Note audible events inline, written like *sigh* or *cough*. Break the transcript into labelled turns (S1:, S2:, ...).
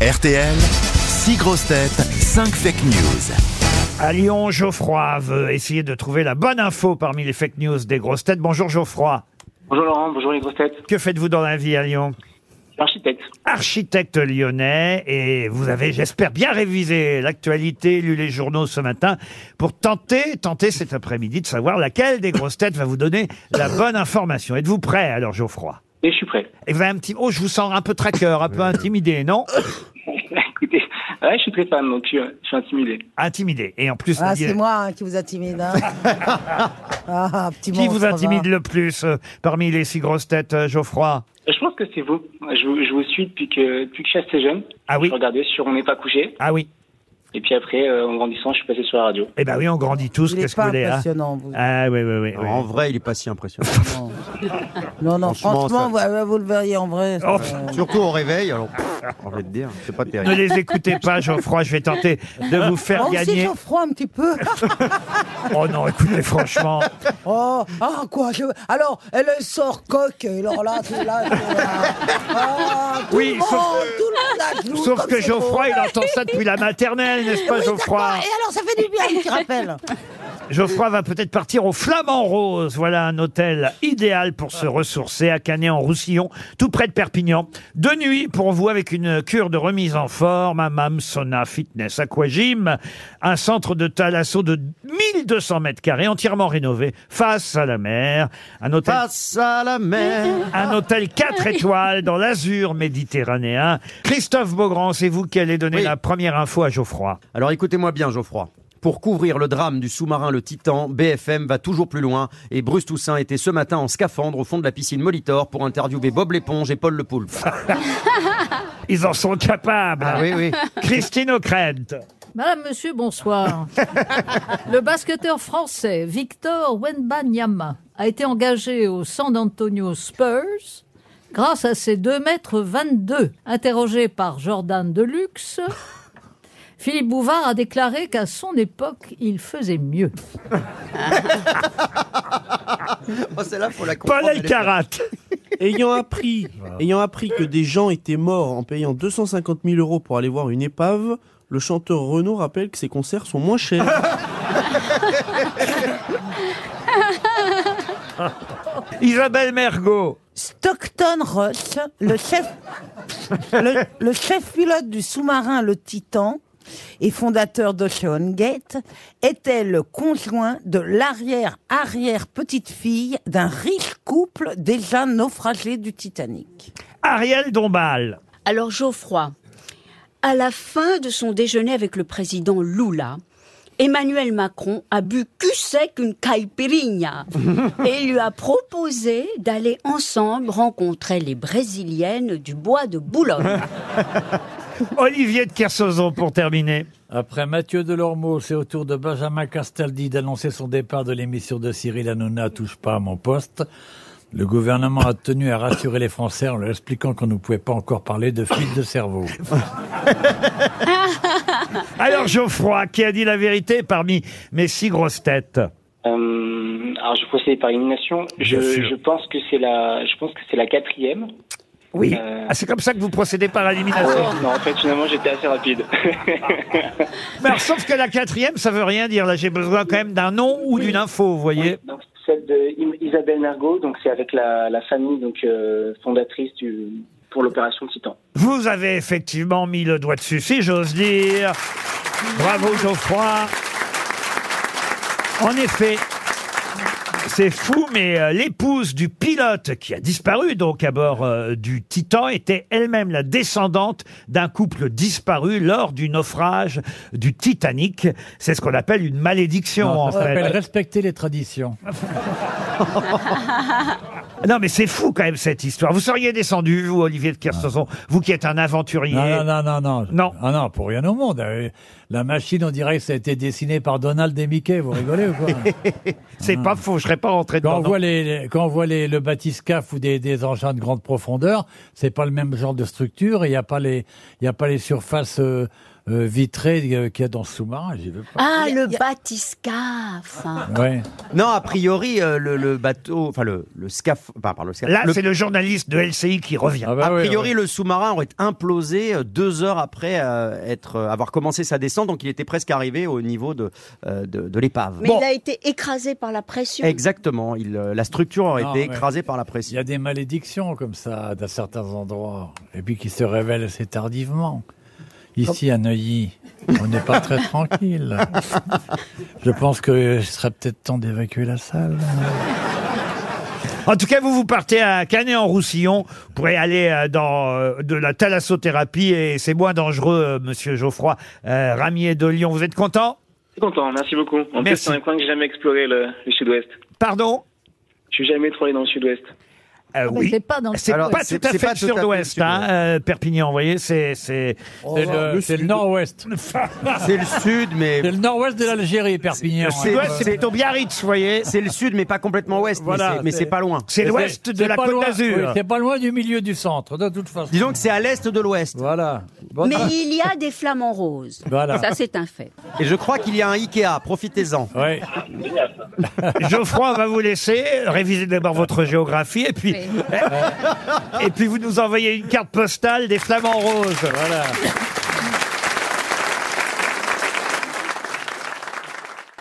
S1: RTL, 6 grosses têtes, 5 fake news.
S2: À Lyon, Geoffroy veut essayer de trouver la bonne info parmi les fake news des grosses têtes. Bonjour Geoffroy.
S3: Bonjour Laurent, bonjour les grosses têtes.
S2: Que faites-vous dans la vie à Lyon
S3: Architecte.
S2: Architecte lyonnais, et vous avez, j'espère, bien révisé l'actualité, lu les journaux ce matin, pour tenter, tenter cet après-midi de savoir laquelle des grosses têtes va vous donner la bonne information. Êtes-vous prêt alors Geoffroy
S3: Et je suis prêt. *laughs*
S2: Et vous avez un petit, oh, je vous sens un peu traqueur, un peu intimidé, non
S3: Écoutez, ouais, je suis très fan, donc je, suis- je suis intimidé.
S2: Intimidé. Et en plus,
S4: Ah,
S2: il-
S4: c'est moi hein, qui vous intimide.
S2: *laughs*
S4: hein. ah, petit
S2: qui
S4: monstre,
S2: vous
S4: va.
S2: intimide le plus euh, parmi les six grosses têtes, euh, Geoffroy
S3: Je pense que c'est vous. Je, vous- je vous suis depuis que, depuis que je suis assez jeune.
S2: Ah oui
S3: Je regardais sur On n'est pas couché.
S2: Ah oui.
S3: Et puis après, euh, en grandissant, je suis passé sur la radio.
S2: Eh ben oui, on grandit tous.
S4: Il est
S2: Qu'est-ce que vous
S4: pas
S2: voulez hein
S4: impressionnant, vous.
S2: Ah oui, oui, oui. oui.
S5: En vrai, il est pas si impressionnant.
S4: Non, non,
S5: franchement,
S4: franchement, vous, ouais, vous le verriez en vrai. ça-
S2: Oh.
S5: *laughs* Surtout au réveil, alors pff, j'ai envie de dire, c'est pas
S2: Ne
S5: terrible.
S2: les écoutez pas, Geoffroy. Je vais tenter de vous faire
S4: Oh, si,
S2: gagner.
S4: j'ai froid un
S2: *laughs*
S4: petit peu.
S2: Oh non, écoutez, franchement.
S4: Oh, ah, quoi je- Alors, elle elle sort coque, et alors là, tout
S2: *laughs*
S4: là, tout là. Ah, tout
S2: Oui,
S4: le monde,
S2: sauf-
S4: tout le monde la joue,
S2: Sauf
S4: comme
S2: que
S4: c'est
S2: Geoffroy,
S4: beau.
S2: il entend ça depuis la maternelle, n'est-ce pas,
S4: Oui,
S2: Geoffroy
S4: d'accord. Et alors, ça fait du bien, un
S2: *laughs*
S4: petit rappel.
S2: Geoffroy va peut-être partir au Flamand Rose. Voilà un hôtel idéal pour se ressourcer à Canet-en-Roussillon, tout près de Perpignan. De nuit pour vous avec une cure de remise en forme, un Mamsona Fitness Aquagym, un centre de thalasso de 1200 mètres carrés entièrement rénové face à la mer, un hôtel
S5: Face à la mer.
S2: un hôtel 4 étoiles dans l'azur méditerranéen. Christophe Beaugrand, c'est vous qui allez donner
S5: Oui.
S2: la première info à Geoffroy.
S5: Alors écoutez-moi bien, Geoffroy. Pour couvrir le drame du sous-marin le Titan, BFM va toujours plus loin et Bruce Toussaint était ce matin en scaphandre au fond de la piscine Molitor pour interviewer Bob l'éponge et Paul le poulpe.
S2: Ils en sont capables.
S5: Ah, oui, oui.
S2: Christine O'Krent.
S6: Madame, monsieur, bonsoir. Le basketteur français Victor Wenbanyama a été engagé au San Antonio Spurs grâce à ses 2 mètres 22. Interrogé par Jordan Deluxe, Philippe Bouvard a déclaré qu'à son époque, il faisait mieux.
S5: Oh, celle-là, faut la comprendre.
S2: Paul
S5: elle est-
S2: Elkarat.
S7: Ayant appris, ayant appris que des gens étaient morts en payant 250 000 euros pour aller voir une épave, le chanteur Renaud rappelle que ses concerts sont moins chers.
S2: Isabelle Mergot.
S4: Stockton Ross, le chef, le, le chef pilote du sous-marin le Titan et fondateur d'Ocean Gate, était le conjoint de l'arrière-arrière-petite-fille d'un riche couple déjà naufragé du Titanic.
S2: Ariel Dombal.
S8: Alors Geoffroy, à la fin de son déjeuner avec le président Lula, Emmanuel Macron a bu cul sec une caipirinha et lui a proposé d'aller ensemble rencontrer les brésiliennes du bois de Boulogne.
S2: Olivier de Kersauzon pour terminer.
S9: *laughs* Après Mathieu Delormeau, c'est au tour de Benjamin Castaldi d'annoncer son départ de l'émission de Cyril Hanouna Touche pas à mon poste. Le gouvernement a tenu à rassurer les Français en leur expliquant qu'on ne pouvait pas encore parler de fuite de cerveau.
S2: Alors Geoffroy, qui a dit la vérité parmi mes six grosses têtes
S3: Euh, alors je procède par élimination. Je,
S2: Bien sûr.
S3: je pense que c'est la, je pense que c'est la quatrième.
S2: Oui.
S3: Euh.
S2: Ah, c'est comme ça que vous procédez par élimination.
S3: Non, en fait finalement j'étais assez rapide. *laughs*
S2: Mais alors, sauf que la quatrième, ça veut rien dire. Là, j'ai besoin quand même d'un nom ou d'une info, vous voyez.
S3: donc celle de I- Isabelle Mergot, donc c'est avec la, la famille donc euh, fondatrice du pour l'opération Titan.
S2: Vous avez effectivement mis le doigt dessus, si j'ose dire. Bravo Geoffroy. En effet. C'est fou, mais euh, l'épouse du pilote qui a disparu donc à bord euh, du Titan était elle-même la descendante d'un couple disparu lors du naufrage du Titanic. C'est ce qu'on appelle une malédiction en
S9: Non, ça s'appelle
S2: fait.
S9: respecter les traditions.
S2: Non, mais c'est fou quand même cette histoire. Vous seriez descendu, vous, Olivier de Kersoson, vous qui êtes un aventurier.
S9: Ah. Non, non, non, non, non.
S2: Non.
S9: Ah non, pour rien au monde. Euh, La machine, on dirait que ça a été dessiné par Donald et Mickey. Vous rigolez
S1: *laughs*
S9: ou quoi
S2: C'est pas faux, je serais pas rentré
S9: Quand
S2: dedans.
S9: on
S2: non.
S9: voit, les, les- quand on voit les, le bathyscaphe ou des, des engins de grande profondeur, c'est pas le même genre de structure. Il n'y a pas les, il y a pas les surfaces euh, euh, vitrée euh, qu'il y a dans Sous-marin, j'y vais pas.
S8: Ah, le batiscaf.
S9: Ouais.
S5: *laughs* Non, a priori, euh, le, le bateau, enfin le, le scaf, pas par le scaf.
S2: Là,
S5: le-
S2: c'est le journaliste de LCI qui revient.
S9: Ah bah
S5: a
S9: ouais,
S5: priori,
S9: ouais.
S5: le sous-marin aurait implosé euh, deux heures après euh, être, euh, avoir commencé sa descente, donc il était presque arrivé au niveau de, euh, de, de l'épave.
S8: Mais il a été écrasé par la pression.
S5: Exactement, il, euh, la structure aurait
S9: Non,
S5: été
S9: mais-
S5: écrasée par la
S9: Il
S5: pression.
S9: y a des malédictions comme ça dans certains endroits, et puis qui se révèlent assez tardivement. Ici, à Neuilly, on n'est pas très tranquille. Je pense que ce serait peut-être temps d'évacuer la salle.
S2: En tout cas, vous vous partez à Canet-en-Roussillon. Vous pourrez aller euh, dans euh, de la thalassothérapie et c'est moins dangereux, euh, monsieur Geoffroy euh, Ramier de Lyon. Vous êtes content
S3: Je suis content, merci beaucoup.
S2: Merci.
S3: En plus, c'est un coin que j'ai jamais exploré, le, le sud-ouest.
S2: Pardon
S3: Je suis jamais trop allé dans le sud-ouest.
S2: Euh,
S6: Mais Ah bah, c'est pas dans le
S2: C'est
S5: Alors,
S2: pas
S5: c'est-
S2: tout à
S5: c'est
S2: fait
S5: pas
S2: le
S5: tout à fait le
S2: sud-ouest, hein,
S5: sud-ouest.
S2: euh, Perpignan, vous voyez, c'est... c'est-
S9: *laughs* C'est le, c'est le nord-ouest.
S5: *laughs* C'est le sud, mais
S9: C'est le nord-ouest de l'Algérie, Perpignan.
S5: *laughs*
S9: hein.
S5: C'est-
S2: Sud-ouest, c'est
S5: c'est-
S2: plutôt Biarritz, vous voyez.
S5: c'est le sud, mais pas complètement ouest, mais
S9: Voilà,
S5: c'est- mais c'est
S9: c'est-
S5: pas loin.
S2: C'est
S9: Et
S2: l'ouest
S9: c'est-
S2: de
S9: c'est
S2: la
S9: pas
S2: Côte
S9: loin- oui,
S2: d'Azur.
S9: c'est pas loin du milieu du centre, de toute façon.
S5: Disons que c'est à l'est de l'ouest.
S9: Voilà. Bon,
S8: Mais il y a des flamants roses.
S9: Voilà.
S8: Ça, c'est un fait.
S5: Et je crois qu'il y a un Ikea, profitez-en.
S9: ouais.
S2: Geoffroy on va vous laisser réviser d'abord votre géographie et puis *laughs* et puis vous nous envoyez une carte postale des flamants roses.
S9: Voilà.